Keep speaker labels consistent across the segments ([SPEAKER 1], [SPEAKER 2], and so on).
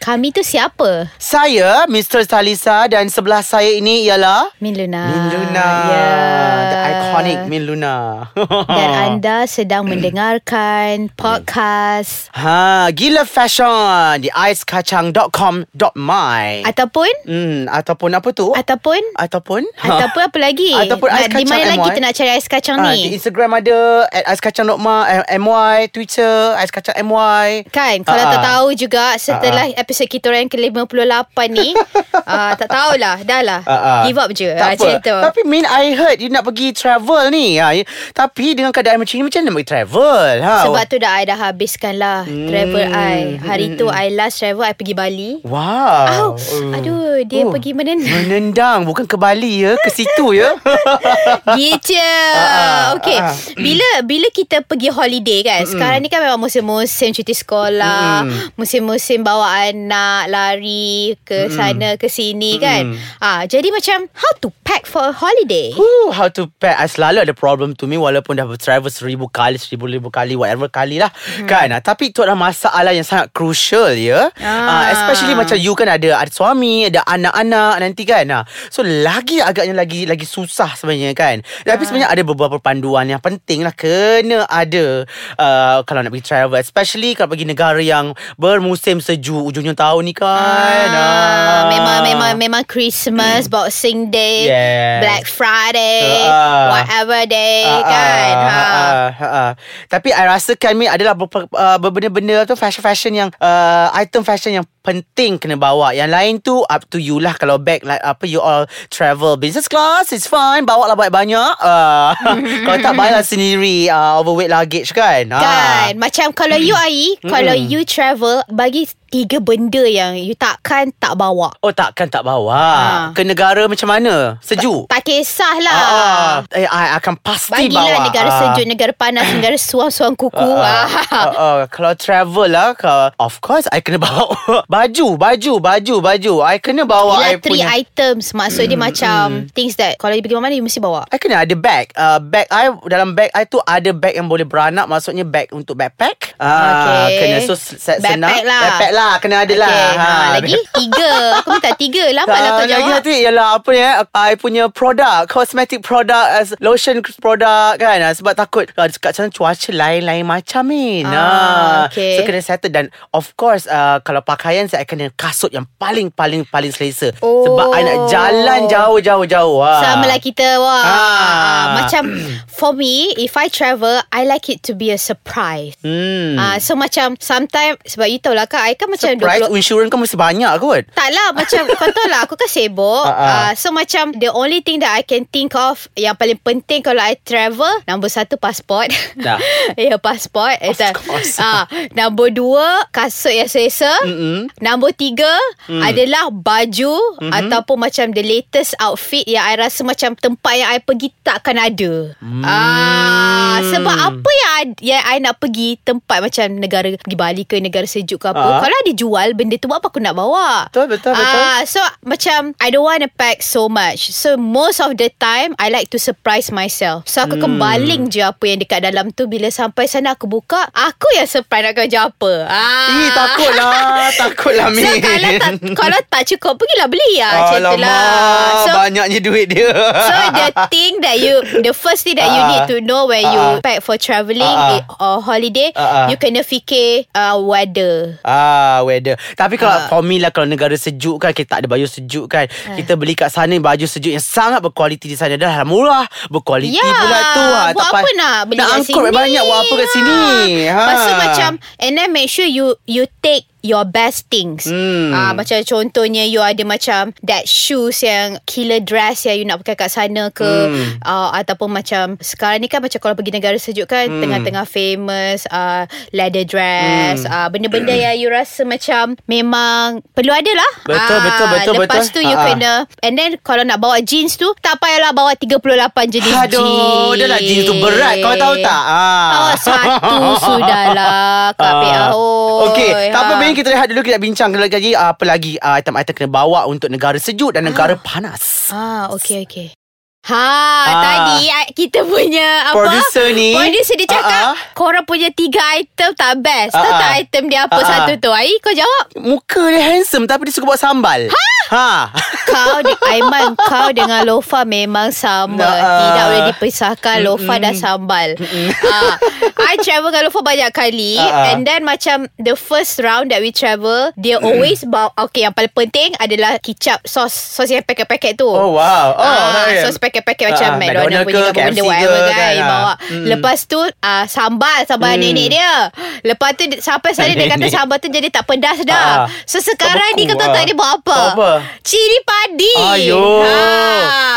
[SPEAKER 1] Kami tu siapa?
[SPEAKER 2] Saya Mr. Talisa dan sebelah saya ini ialah
[SPEAKER 1] Min Luna.
[SPEAKER 2] Min Luna.
[SPEAKER 1] Ya.
[SPEAKER 2] The iconic Min Luna.
[SPEAKER 1] Dan
[SPEAKER 2] Ah.
[SPEAKER 1] anda sedang mendengarkan podcast
[SPEAKER 2] Ha, gila fashion di aiskacang.com.my.
[SPEAKER 1] ataupun
[SPEAKER 2] Hmm, ataupun apa tu?
[SPEAKER 1] ataupun
[SPEAKER 2] ataupun
[SPEAKER 1] ataupun apa lagi?
[SPEAKER 2] Ataupun
[SPEAKER 1] Nak-
[SPEAKER 2] ais
[SPEAKER 1] di
[SPEAKER 2] kacang
[SPEAKER 1] mana lagi
[SPEAKER 2] MY?
[SPEAKER 1] kita nak cari ais kacang
[SPEAKER 2] Ah, Di
[SPEAKER 1] ni?
[SPEAKER 2] Instagram ada at @aiskacang.my, eh, MY, Twitter @aiskacangmy.
[SPEAKER 1] Kan Kalau
[SPEAKER 2] Ah,
[SPEAKER 1] tak
[SPEAKER 2] ah.
[SPEAKER 1] tahu juga Setelah episod kita orang yang ke-58 ni uh, Tak tahulah Dah lah
[SPEAKER 2] Ah, ah.
[SPEAKER 1] Give up je Ah,
[SPEAKER 2] Tak
[SPEAKER 1] Macam
[SPEAKER 2] apa
[SPEAKER 1] tu
[SPEAKER 2] Tapi Min I heard You nak pergi travel ni ha. Tapi dengan keadaan macam ni Macam mana nak pergi travel ha?
[SPEAKER 1] Sebab tu dah I dah habiskan lah
[SPEAKER 2] Hmm.
[SPEAKER 1] Travel I Hari tu I last travel I pergi Bali Au.
[SPEAKER 2] Wow uh.
[SPEAKER 1] Aduh, dia
[SPEAKER 2] Oh.
[SPEAKER 1] pergi menendang.
[SPEAKER 2] Menendang Bukan ke Bali ya Ke situ ya
[SPEAKER 1] Gitu.
[SPEAKER 2] ah,
[SPEAKER 1] Okay.
[SPEAKER 2] ah, ah.
[SPEAKER 1] Bila bila kita pergi holiday kan. Sekarang ni kan memang musim-musim cuti sekolah, musim-musim bawa anak lari ke sana ke sini kan. Ah, jadi macam how to pack for a holiday?
[SPEAKER 2] Ooh, How to pack I selalu ada problem to me Walaupun dah travel seribu kali Seribu ribu kali Whatever kali lah Kan ah, Tapi itu adalah masalah Yang sangat crucial ya
[SPEAKER 1] Ah.
[SPEAKER 2] ah. Especially macam you kan ada Ada suami Ada anak-anak Nanti kan ah. So lagi agaknya Lagi lagi susah sebenarnya kan Tapi sebenarnya ada beberapa panduan Yang penting lah Kena ada uh, Kalau nak pergi travel Especially kalau pergi negara yang Bermusim sejuk Ujungnya tahun ni kan
[SPEAKER 1] Ah, memang memang memang Christmas, Boxing Day,
[SPEAKER 2] Mm. Yes.
[SPEAKER 1] Black Friday,
[SPEAKER 2] Ah, ah.
[SPEAKER 1] whatever day
[SPEAKER 2] Ah,
[SPEAKER 1] kan.
[SPEAKER 2] ah,
[SPEAKER 1] ha.
[SPEAKER 2] ah, ah, ah. Tapi I rasakan ni adalah beberapa, uh, benda-benda tu fashion-fashion yang uh, item fashion yang penting kena bawa. Yang lain tu up to you lah kalau bag like apa you all travel business class it's fine bawa lah banyak-banyak. Uh, kalau tak bayar sendiri uh, overweight luggage kan. Ah.
[SPEAKER 1] Kan Macam kalau you Ai Kalau you travel Bagi tiga benda yang You takkan tak bawa
[SPEAKER 2] Oh takkan tak bawa.
[SPEAKER 1] Ah.
[SPEAKER 2] Ke negara macam mana? Sejuk.
[SPEAKER 1] Tak kisahlah
[SPEAKER 2] Ah, ah. Eh, I akan pasti bawa.
[SPEAKER 1] Bagilah negara
[SPEAKER 2] Ah.
[SPEAKER 1] sejuk Negara panas Negara suam-suam kuku
[SPEAKER 2] Ah, ah,
[SPEAKER 1] ah.
[SPEAKER 2] ah, kalau travel lah kalau, Of course I kena bawa Baju Baju Baju Baju I kena bawa
[SPEAKER 1] Yelah
[SPEAKER 2] I
[SPEAKER 1] three
[SPEAKER 2] punya I...
[SPEAKER 1] items Maksud dia macam Things that Kalau you pergi mana You mesti bawa
[SPEAKER 2] kena ada bag uh, Bag I Dalam bag I tu Ada bag yang boleh beranak Maksudnya bag untuk backpack Ah,
[SPEAKER 1] Okay.
[SPEAKER 2] Kena so se- se- senang
[SPEAKER 1] Backpack lah.
[SPEAKER 2] Backpack lah Kena ada lah
[SPEAKER 1] okay. ha, Lagi tiga Aku minta tiga Lambat lah kau
[SPEAKER 2] Tak, lagi
[SPEAKER 1] jawab
[SPEAKER 2] nanti ialah apa ni eh, I punya produk Cosmetic produk as Lotion produk kan ah, Sebab takut ah, Kat sana cuaca lain-lain macam ni
[SPEAKER 1] Ah, okay.
[SPEAKER 2] So kena settle Dan of course uh, Kalau pakaian Saya kena kasut yang paling-paling Paling selesa
[SPEAKER 1] Oh.
[SPEAKER 2] Sebab I nak jalan jauh-jauh-jauh ah.
[SPEAKER 1] Sama lah kita Wah
[SPEAKER 2] Ah.
[SPEAKER 1] ah, Macam For me If I travel I like it to be a surprise
[SPEAKER 2] hmm.
[SPEAKER 1] Ah, so macam Sometimes Sebab you tahu lah kan I kan macam
[SPEAKER 2] Price
[SPEAKER 1] 20
[SPEAKER 2] insurance kan mesti banyak kot
[SPEAKER 1] tak lah macam kau tahu lah aku kan sibuk
[SPEAKER 2] Ah, ah.
[SPEAKER 1] uh, So macam the only thing that I can think of Yang paling penting kalau I travel Nombor satu passport
[SPEAKER 2] Dah.
[SPEAKER 1] Ya yeah, passport Of
[SPEAKER 2] course.
[SPEAKER 1] uh, Nombor dua kasut yang selesa mm-hmm. Nombor tiga mm. adalah baju mm-hmm. Ataupun macam the latest outfit Yang I rasa macam tempat yang I pergi takkan ada mm. Sebab apa yang I, yang I nak pergi tempat macam negara Pergi Bali ke negara sejuk ke apa
[SPEAKER 2] Ah.
[SPEAKER 1] Kalau ada jual benda tu buat apa aku nak bawa
[SPEAKER 2] Betul, betul, betul.
[SPEAKER 1] Ah, So macam I don't want to pack so much So most of the time I like to surprise myself So aku
[SPEAKER 2] Hmm.
[SPEAKER 1] kembaling je apa yang dekat dalam tu Bila sampai sana aku buka Aku yang surprise nak kau jawab apa ah.
[SPEAKER 2] Ih takut lah Takut lah Min
[SPEAKER 1] So kalau tak, kalau tak cukup Pergilah beli lah Macam tu lah
[SPEAKER 2] Alamak
[SPEAKER 1] So
[SPEAKER 2] Banyaknya duit dia
[SPEAKER 1] So the thing that you The first thing that you
[SPEAKER 2] Ah.
[SPEAKER 1] need to know When you
[SPEAKER 2] Ah.
[SPEAKER 1] pack for travelling
[SPEAKER 2] Ah.
[SPEAKER 1] i- Or holiday
[SPEAKER 2] Ah.
[SPEAKER 1] You kena fikir uh, Weather
[SPEAKER 2] Ah, weather. Tapi kalau
[SPEAKER 1] Ah. Eh.
[SPEAKER 2] uh. for me lah kalau negara sejuk kan kita tak ada baju sejuk kan. Uh. Kita beli kat sana baju sejuk yang sangat berkualiti di sana dah lah, murah, berkualiti
[SPEAKER 1] Ya,
[SPEAKER 2] pula tu. Ha,
[SPEAKER 1] buat
[SPEAKER 2] pa-
[SPEAKER 1] apa nak beli
[SPEAKER 2] nak
[SPEAKER 1] kat
[SPEAKER 2] angkut
[SPEAKER 1] sini?
[SPEAKER 2] banyak buat apa kat sini.
[SPEAKER 1] Ha. Lepas tu macam And then make sure you You take your best things
[SPEAKER 2] Hmm.
[SPEAKER 1] Ah Macam contohnya You ada macam That shoes yang Killer dress yang you nak pakai kat sana ke hmm. uh, Ataupun macam Sekarang ni kan macam Kalau pergi negara sejuk kan
[SPEAKER 2] Hmm.
[SPEAKER 1] Tengah-tengah famous uh, Leather dress hmm. uh, Benda-benda yang you rasa macam Memang Perlu ada lah
[SPEAKER 2] Betul,
[SPEAKER 1] Ah,
[SPEAKER 2] betul, betul,
[SPEAKER 1] Lepas tu
[SPEAKER 2] betul.
[SPEAKER 1] you
[SPEAKER 2] Ah, ah.
[SPEAKER 1] kena And then kalau nak bawa jeans tu Tak payahlah bawa 38 jenis
[SPEAKER 2] Aduh, dah lah jeans tu berat. Kau tahu tak? Ah.
[SPEAKER 1] Oh, satu sudahlah Kak Ha.
[SPEAKER 2] Ah.
[SPEAKER 1] PAO. Ah.
[SPEAKER 2] Okey, tak apa Min Mungkin kita rehat dulu Kita nak bincang lagi uh, Apa lagi uh, Item-item kena bawa Untuk negara sejuk Dan negara panas
[SPEAKER 1] Ah, okey okey. Ha, tadi ah, kita punya apa?
[SPEAKER 2] Producer ni,
[SPEAKER 1] Producer dia cakap
[SPEAKER 2] ah, ah.
[SPEAKER 1] korang punya tiga item tak best. Tahu
[SPEAKER 2] Ah,
[SPEAKER 1] tak
[SPEAKER 2] ah.
[SPEAKER 1] item dia apa
[SPEAKER 2] Ah, ah.
[SPEAKER 1] satu tu? Ai, kau jawab.
[SPEAKER 2] Muka dia handsome Tapi dia suka buat sambal Ha? Ha
[SPEAKER 1] Kau di Aiman Kau dengan Lofa memang sama
[SPEAKER 2] Nah, ah.
[SPEAKER 1] Tidak boleh dipisahkan Lofa dan sambal Ah, I travel dengan Lofa banyak kali
[SPEAKER 2] Ah, ah.
[SPEAKER 1] And then macam The first round that we travel Dia always bawa Okay yang paling penting Adalah kicap Sos Sos yang paket-paket tu
[SPEAKER 2] Oh wow Oh
[SPEAKER 1] ah,
[SPEAKER 2] right.
[SPEAKER 1] So paket-paket macam
[SPEAKER 2] Ah,
[SPEAKER 1] McDonald's punya
[SPEAKER 2] McDonald's ke,
[SPEAKER 1] ke, benda
[SPEAKER 2] KFC
[SPEAKER 1] whatever
[SPEAKER 2] ke
[SPEAKER 1] kan, kan
[SPEAKER 2] ah.
[SPEAKER 1] bawa.
[SPEAKER 2] Mm.
[SPEAKER 1] Lepas tu ah, sambal sambal
[SPEAKER 2] Mm.
[SPEAKER 1] nenek dia. Lepas tu dia- sampai sekali dia kata
[SPEAKER 2] Nenek.
[SPEAKER 1] sambal tu jadi tak pedas dah.
[SPEAKER 2] Ah.
[SPEAKER 1] So sekarang
[SPEAKER 2] Tak
[SPEAKER 1] ni kau tahu
[SPEAKER 2] beku,
[SPEAKER 1] tak
[SPEAKER 2] ah.
[SPEAKER 1] dia buat apa?
[SPEAKER 2] Buat apa?
[SPEAKER 1] Cili padi. Ah.
[SPEAKER 2] Ayo
[SPEAKER 1] Ha.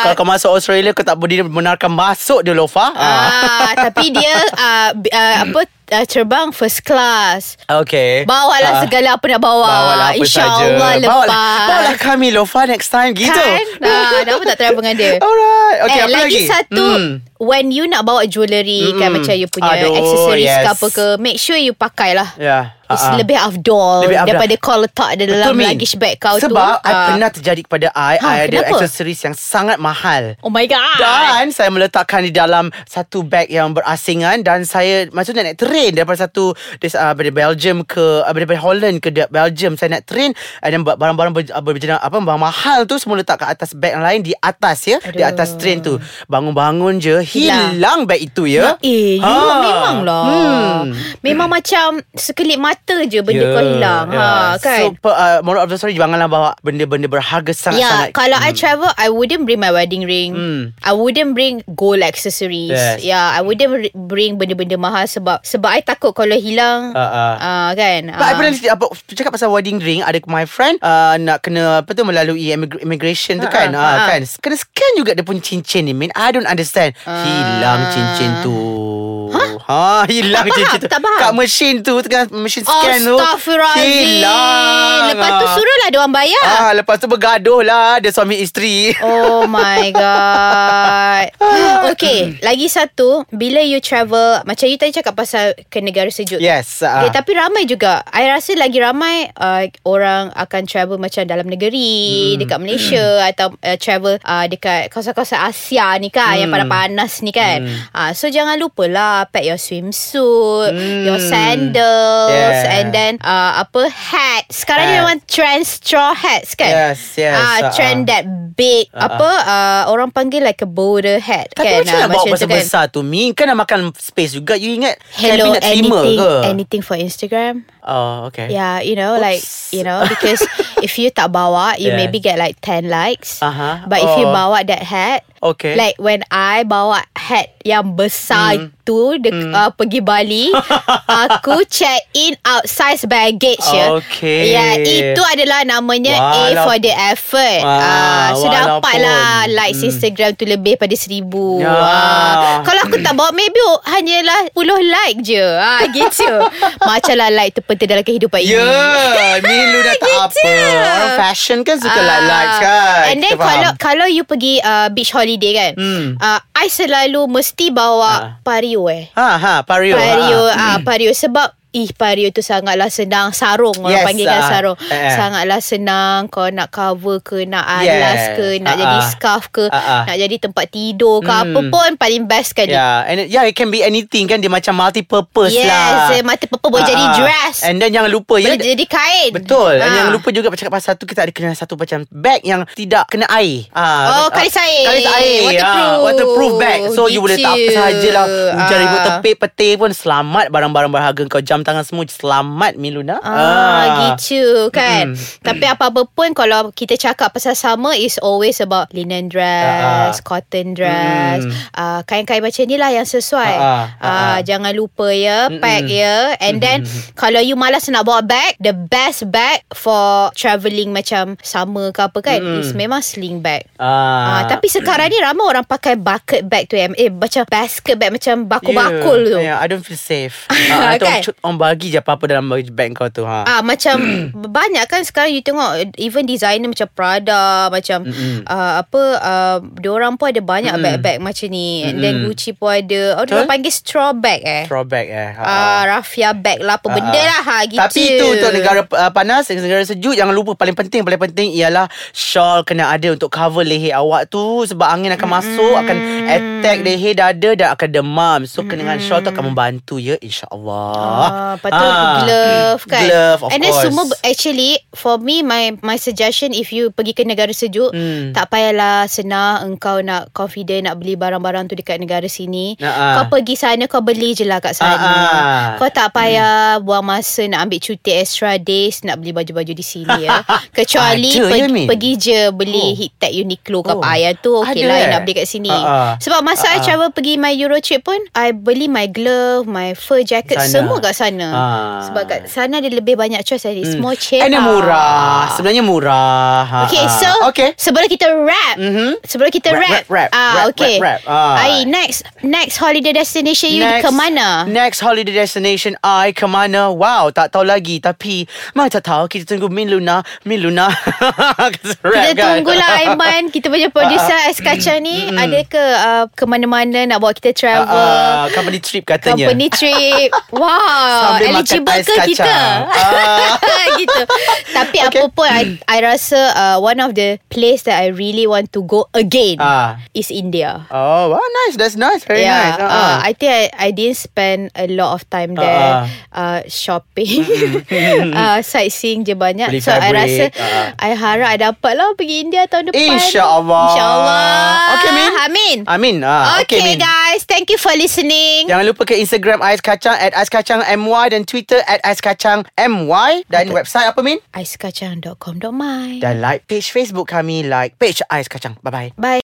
[SPEAKER 2] Kalau kau masuk Australia Kau tak boleh benarkan masuk dia Lofa ha.
[SPEAKER 1] Ah, tapi dia ah, b- ah, apa ah, terbang first class.
[SPEAKER 2] Okay
[SPEAKER 1] Bawa lah
[SPEAKER 2] Ah.
[SPEAKER 1] segala apa nak bawa.
[SPEAKER 2] Bawa lah apa
[SPEAKER 1] InsyaAllah
[SPEAKER 2] saja.
[SPEAKER 1] lepas.
[SPEAKER 2] Bawa lah, bawa lah kami Lofa next time Gitu
[SPEAKER 1] Kan? Ah, dah pun tak travel dengan dia.
[SPEAKER 2] Alright Okay
[SPEAKER 1] eh,
[SPEAKER 2] apa
[SPEAKER 1] lagi,
[SPEAKER 2] lagi
[SPEAKER 1] satu
[SPEAKER 2] Hmm.
[SPEAKER 1] When you nak bawa jewellery mm. Kan
[SPEAKER 2] Mm-mm.
[SPEAKER 1] macam you punya
[SPEAKER 2] Aduh,
[SPEAKER 1] Accessories yes. ke
[SPEAKER 2] yes.
[SPEAKER 1] apa ke Make sure you pakai lah
[SPEAKER 2] Ya yeah.
[SPEAKER 1] It's lebih afdol
[SPEAKER 2] Lebih afdol.
[SPEAKER 1] Daripada kau letak dia dalam
[SPEAKER 2] Betul, Min.
[SPEAKER 1] luggage bag kau tu
[SPEAKER 2] Sebab I
[SPEAKER 1] Ah.
[SPEAKER 2] pernah terjadi kepada I
[SPEAKER 1] Ha,
[SPEAKER 2] I ada
[SPEAKER 1] kenapa?
[SPEAKER 2] aksesoris yang sangat mahal
[SPEAKER 1] Oh my god
[SPEAKER 2] dan saya meletakkan di dalam satu bag yang berasingan dan saya maksudnya nak train daripada satu des, uh, dari Belgium ke uh, daripada Holland ke de- Belgium saya nak train and then ba- barang-barang ber, uh, berjenis apa barang mahal tu semua letak kat atas bag yang lain di atas ya Aduh. di atas train tu bangun-bangun je hilang, bag itu ya
[SPEAKER 1] Eh, you
[SPEAKER 2] Ah.
[SPEAKER 1] memang lah
[SPEAKER 2] Hmm.
[SPEAKER 1] Memang macam Sekelip mata je Benda
[SPEAKER 2] Ya,
[SPEAKER 1] kau hilang
[SPEAKER 2] ya.
[SPEAKER 1] ha, kan?
[SPEAKER 2] So per, uh, Moral of the story Janganlah bawa Benda-benda
[SPEAKER 1] Yeah,
[SPEAKER 2] berharga sangat-sangat
[SPEAKER 1] Ya, kalau I travel, I wouldn't bring my wedding ring. I wouldn't bring gold accessories.
[SPEAKER 2] Hmm. Yes.
[SPEAKER 1] Yeah, I wouldn't re- bring benda-benda mahal sebab sebab I takut kalau hilang.
[SPEAKER 2] Ah, ah.
[SPEAKER 1] ah, kan.
[SPEAKER 2] But I pernah apa, cakap pasal wedding ring Ada my friend uh, Nak kena Apa tu Melalui immigra- immigration tu kan
[SPEAKER 1] ha,
[SPEAKER 2] uh,
[SPEAKER 1] ha.
[SPEAKER 2] kan Kena scan juga Dia punya cincin ni Min I don't understand
[SPEAKER 1] Ah.
[SPEAKER 2] Hilang cincin tu Ha? hilang
[SPEAKER 1] Tak
[SPEAKER 2] cincin
[SPEAKER 1] faham,
[SPEAKER 2] tu
[SPEAKER 1] tak faham. Oh,
[SPEAKER 2] Kat mesin tu Tengah mesin scan tu
[SPEAKER 1] Astaghfirullahaladzim
[SPEAKER 2] Hilang
[SPEAKER 1] Lepas tu suruhlah dia orang bayar
[SPEAKER 2] ah, Lepas tu bergaduh lah Dia suami isteri
[SPEAKER 1] Oh my god Okay Lagi satu Bila you travel Macam you tadi cakap pasal Ke negara sejuk
[SPEAKER 2] Yes
[SPEAKER 1] Okay,
[SPEAKER 2] uh,
[SPEAKER 1] Eh, tapi ramai juga I rasa lagi ramai uh, Orang akan travel Macam dalam
[SPEAKER 2] Hmm.
[SPEAKER 1] negeri Dekat Malaysia Atau uh, travel uh, Dekat kawasan-kawasan Asia ni kan Yang
[SPEAKER 2] Hmm.
[SPEAKER 1] panas-panas ni kan uh, So jangan lupa lah Pack your swimsuit Your sandals
[SPEAKER 2] Hmm. Yeah.
[SPEAKER 1] And then uh, Apa Hat Sekarang ni
[SPEAKER 2] Hat.
[SPEAKER 1] memang trend Straw hats kan
[SPEAKER 2] Yes, yes,
[SPEAKER 1] uh,
[SPEAKER 2] ah,
[SPEAKER 1] Trend
[SPEAKER 2] ah.
[SPEAKER 1] that big Apa uh, Orang panggil like a boulder hat
[SPEAKER 2] Tapi
[SPEAKER 1] kan
[SPEAKER 2] macam
[SPEAKER 1] Ah,
[SPEAKER 2] nak bawa
[SPEAKER 1] tu
[SPEAKER 2] pasal
[SPEAKER 1] kan.
[SPEAKER 2] besar tu Min Kan nak makan space juga You ingat
[SPEAKER 1] Hello
[SPEAKER 2] cabin nak terima
[SPEAKER 1] anything Ya,
[SPEAKER 2] ke
[SPEAKER 1] Anything for Instagram
[SPEAKER 2] Oh okay
[SPEAKER 1] Yeah, you know, like you know, because if you tak bawa, you
[SPEAKER 2] Yes.
[SPEAKER 1] maybe get like ten likes.
[SPEAKER 2] Aha.
[SPEAKER 1] But if you
[SPEAKER 2] Oh.
[SPEAKER 1] bawa that hat,
[SPEAKER 2] Okay. Hmm.
[SPEAKER 1] like when I bawa hat yang besar tu dek, uh, pergi Bali, aku check in outside baggage. ya.
[SPEAKER 2] Okay.
[SPEAKER 1] Yeah, itu adalah namanya A
[SPEAKER 2] Walau-
[SPEAKER 1] for the effort.
[SPEAKER 2] Ah,
[SPEAKER 1] Ah, so
[SPEAKER 2] walaupun. Hmm.
[SPEAKER 1] dapatlah likes Instagram tu lebih pada seribu.
[SPEAKER 2] Ya.
[SPEAKER 1] Ah, kalau aku tak bawa Maybe hanyalah 10 like je ha, Gitu Macam lah like tu penting dalam kehidupan ini
[SPEAKER 2] Ya yeah, Milu dah tak apa Orang fashion kan Suka
[SPEAKER 1] Ah.
[SPEAKER 2] like likes kan
[SPEAKER 1] And then
[SPEAKER 2] Kita faham.
[SPEAKER 1] kalau Kalau you pergi uh, Beach holiday kan
[SPEAKER 2] Hmm. Ah.
[SPEAKER 1] uh, I selalu Mesti bawa Pario eh
[SPEAKER 2] Ha ha Pario
[SPEAKER 1] Pario ah
[SPEAKER 2] ha.
[SPEAKER 1] Pario sebab Ih pario tu sangatlah senang Sarung orang
[SPEAKER 2] Yes,
[SPEAKER 1] panggil kan
[SPEAKER 2] ah,
[SPEAKER 1] sarung
[SPEAKER 2] eh, eh.
[SPEAKER 1] Sangatlah senang Kau nak cover ke Nak
[SPEAKER 2] Yes,
[SPEAKER 1] alas ke Nak
[SPEAKER 2] ah,
[SPEAKER 1] jadi
[SPEAKER 2] ah.
[SPEAKER 1] scarf ke
[SPEAKER 2] Ah, Hmm. ah.
[SPEAKER 1] Nak jadi tempat tidur ke Apa pun paling best kan
[SPEAKER 2] Yeah, Ya, and it- yeah, it can be anything kan. Dia macam multi-purpose
[SPEAKER 1] yes,
[SPEAKER 2] lah.
[SPEAKER 1] eh, mata purple boleh
[SPEAKER 2] Ah,
[SPEAKER 1] jadi
[SPEAKER 2] ah.
[SPEAKER 1] dress.
[SPEAKER 2] And then jangan lupa ya.
[SPEAKER 1] boleh jadi kain.
[SPEAKER 2] Betul. And
[SPEAKER 1] Ah.
[SPEAKER 2] jangan lupa juga cakap pasal tu kita ada kena satu macam bag yang tidak kena air.
[SPEAKER 1] Oh,
[SPEAKER 2] Ah, ah,
[SPEAKER 1] kalis air.
[SPEAKER 2] Kalis air.
[SPEAKER 1] Waterproof.
[SPEAKER 2] Ah, waterproof bag. So you
[SPEAKER 1] Gitu.
[SPEAKER 2] boleh tak apa sahajalah. Hujan
[SPEAKER 1] Ah.
[SPEAKER 2] ribut tepik petir pun selamat barang-barang berharga kau jam tangan semua selamat Miluna.
[SPEAKER 1] Ah, gitu kan. Tapi apa-apa pun kalau kita cakap pasal summer is always about linen dress,
[SPEAKER 2] Ah, ah.
[SPEAKER 1] cotton dress,
[SPEAKER 2] Mm.
[SPEAKER 1] ah, kain-kain macam ni lah yang sesuai.
[SPEAKER 2] Ah, ah, ah,
[SPEAKER 1] Ah,
[SPEAKER 2] ah.
[SPEAKER 1] jangan lupa ya, pack ya. And then kalau you malas nak bawa bag, the best bag for travelling macam summer ke apa kan is memang sling bag. Ah, tapi sekarang ni ramai orang pakai
[SPEAKER 2] Ya,
[SPEAKER 1] bucket bag tu eh, eh macam basket bag macam bakul-bakul tu.
[SPEAKER 2] yeah, I don't feel safe. Ah, atau
[SPEAKER 1] Kan?
[SPEAKER 2] cu- on orang bagi je apa-apa dalam baju bag kau tu ha.
[SPEAKER 1] Ah macam banyak kan sekarang you tengok even designer macam Prada macam uh, apa uh, diorang pun ada banyak bag-bag macam ni and then Gucci pun ada oh diorang panggil straw bag eh
[SPEAKER 2] Throwback eh. Ha.
[SPEAKER 1] ah raffia bag lah apa benda lah ha gitu
[SPEAKER 2] Ah, Tapi itu untuk negara uh, panas Negara sejuk Jangan lupa paling penting Paling penting ialah Shawl kena ada Untuk cover leher awak tu Sebab angin akan
[SPEAKER 1] Hmm.
[SPEAKER 2] masuk Akan attack leher dada Dan akan demam So kena dengan shawl tu Akan membantu ya InsyaAllah
[SPEAKER 1] Hmm. Ah, patut glove kan
[SPEAKER 2] Glove of
[SPEAKER 1] And then
[SPEAKER 2] course
[SPEAKER 1] semua Actually For me My my suggestion If you pergi ke negara sejuk
[SPEAKER 2] Hmm.
[SPEAKER 1] Tak payahlah Senang Engkau nak confident Nak beli barang-barang tu Dekat negara sini
[SPEAKER 2] Ah, ah.
[SPEAKER 1] Kau pergi sana Kau beli je lah kat sana
[SPEAKER 2] Ah, ah.
[SPEAKER 1] Kau tak payah Buang masa Nak ambil cuti extra days Nak beli baju-baju di sini ya Kecuali
[SPEAKER 2] Ada, ya,
[SPEAKER 1] pergi,
[SPEAKER 2] Min?
[SPEAKER 1] pergi je Beli
[SPEAKER 2] Oh.
[SPEAKER 1] oh. hit tag Uniqlo Kau
[SPEAKER 2] Oh.
[SPEAKER 1] payah tu Okay
[SPEAKER 2] Ada,
[SPEAKER 1] lah
[SPEAKER 2] eh?
[SPEAKER 1] Nak beli kat sini
[SPEAKER 2] Ah, ah.
[SPEAKER 1] Sebab masa I travel Pergi my Euro trip pun I beli my glove My fur jacket dekat
[SPEAKER 2] Sana.
[SPEAKER 1] semua kat sana.
[SPEAKER 2] Ah.
[SPEAKER 1] Sebab kat sana ada lebih banyak choice dari hmm. small chair.
[SPEAKER 2] And dia murah Sebenarnya murah ha,
[SPEAKER 1] Okay,
[SPEAKER 2] ha.
[SPEAKER 1] so
[SPEAKER 2] Okay
[SPEAKER 1] sebelum kita wrap,
[SPEAKER 2] Mhm.
[SPEAKER 1] sebelum kita
[SPEAKER 2] Wrap,
[SPEAKER 1] wrap,
[SPEAKER 2] wrap, wrap, wrap,
[SPEAKER 1] ah okay.
[SPEAKER 2] wrap, wrap. Ah.
[SPEAKER 1] Ai, next next holiday destination you ke mana?
[SPEAKER 2] Next holiday destination I ke mana? Wow, tak tahu lagi. Tapi, mana tak tahu. Kita tunggu Min Luna. Min Luna. Kita
[SPEAKER 1] Kita lah.
[SPEAKER 2] rap, kan?
[SPEAKER 1] tunggulah Aiman Kita punya producer
[SPEAKER 2] Ah.
[SPEAKER 1] Ais Kacang ni Ada ke uh, Ke mana-mana Nak bawa kita
[SPEAKER 2] Ah, ah,
[SPEAKER 1] travel
[SPEAKER 2] company trip katanya.
[SPEAKER 1] Company trip Wow
[SPEAKER 2] Sambil makan
[SPEAKER 1] Eligible
[SPEAKER 2] ais
[SPEAKER 1] ke
[SPEAKER 2] kacang.
[SPEAKER 1] kita
[SPEAKER 2] Ah.
[SPEAKER 1] Gitu Tapi
[SPEAKER 2] Okay.
[SPEAKER 1] apa pun I, I rasa uh, One of the place That I really want to go Again
[SPEAKER 2] Ah.
[SPEAKER 1] Is India
[SPEAKER 2] Oh, wow, nice. That's nice. Very nice.
[SPEAKER 1] uh,
[SPEAKER 2] Ah, ah.
[SPEAKER 1] I think I, I didn't spend a lot of time there
[SPEAKER 2] Ah,
[SPEAKER 1] uh, shopping, uh, sightseeing je banyak.
[SPEAKER 2] Beli
[SPEAKER 1] so I
[SPEAKER 2] fabric,
[SPEAKER 1] rasa
[SPEAKER 2] ah.
[SPEAKER 1] I harap I dapat lah pergi India tahun depan.
[SPEAKER 2] InsyaAllah.
[SPEAKER 1] Insyaallah.
[SPEAKER 2] Okay, Min.
[SPEAKER 1] Amin.
[SPEAKER 2] Amin. Ah, okay,
[SPEAKER 1] okay
[SPEAKER 2] Min. Ya.
[SPEAKER 1] guys, thank you for listening.
[SPEAKER 2] Jangan lupa ke Instagram Ais Kacang at Ais Kacang MY dan Twitter at Ais Kacang MY dan website apa Min?
[SPEAKER 1] Aiskacang.com.my.
[SPEAKER 2] Dan like page Facebook kami like page Ais Kacang. Bye bye.
[SPEAKER 1] Bye.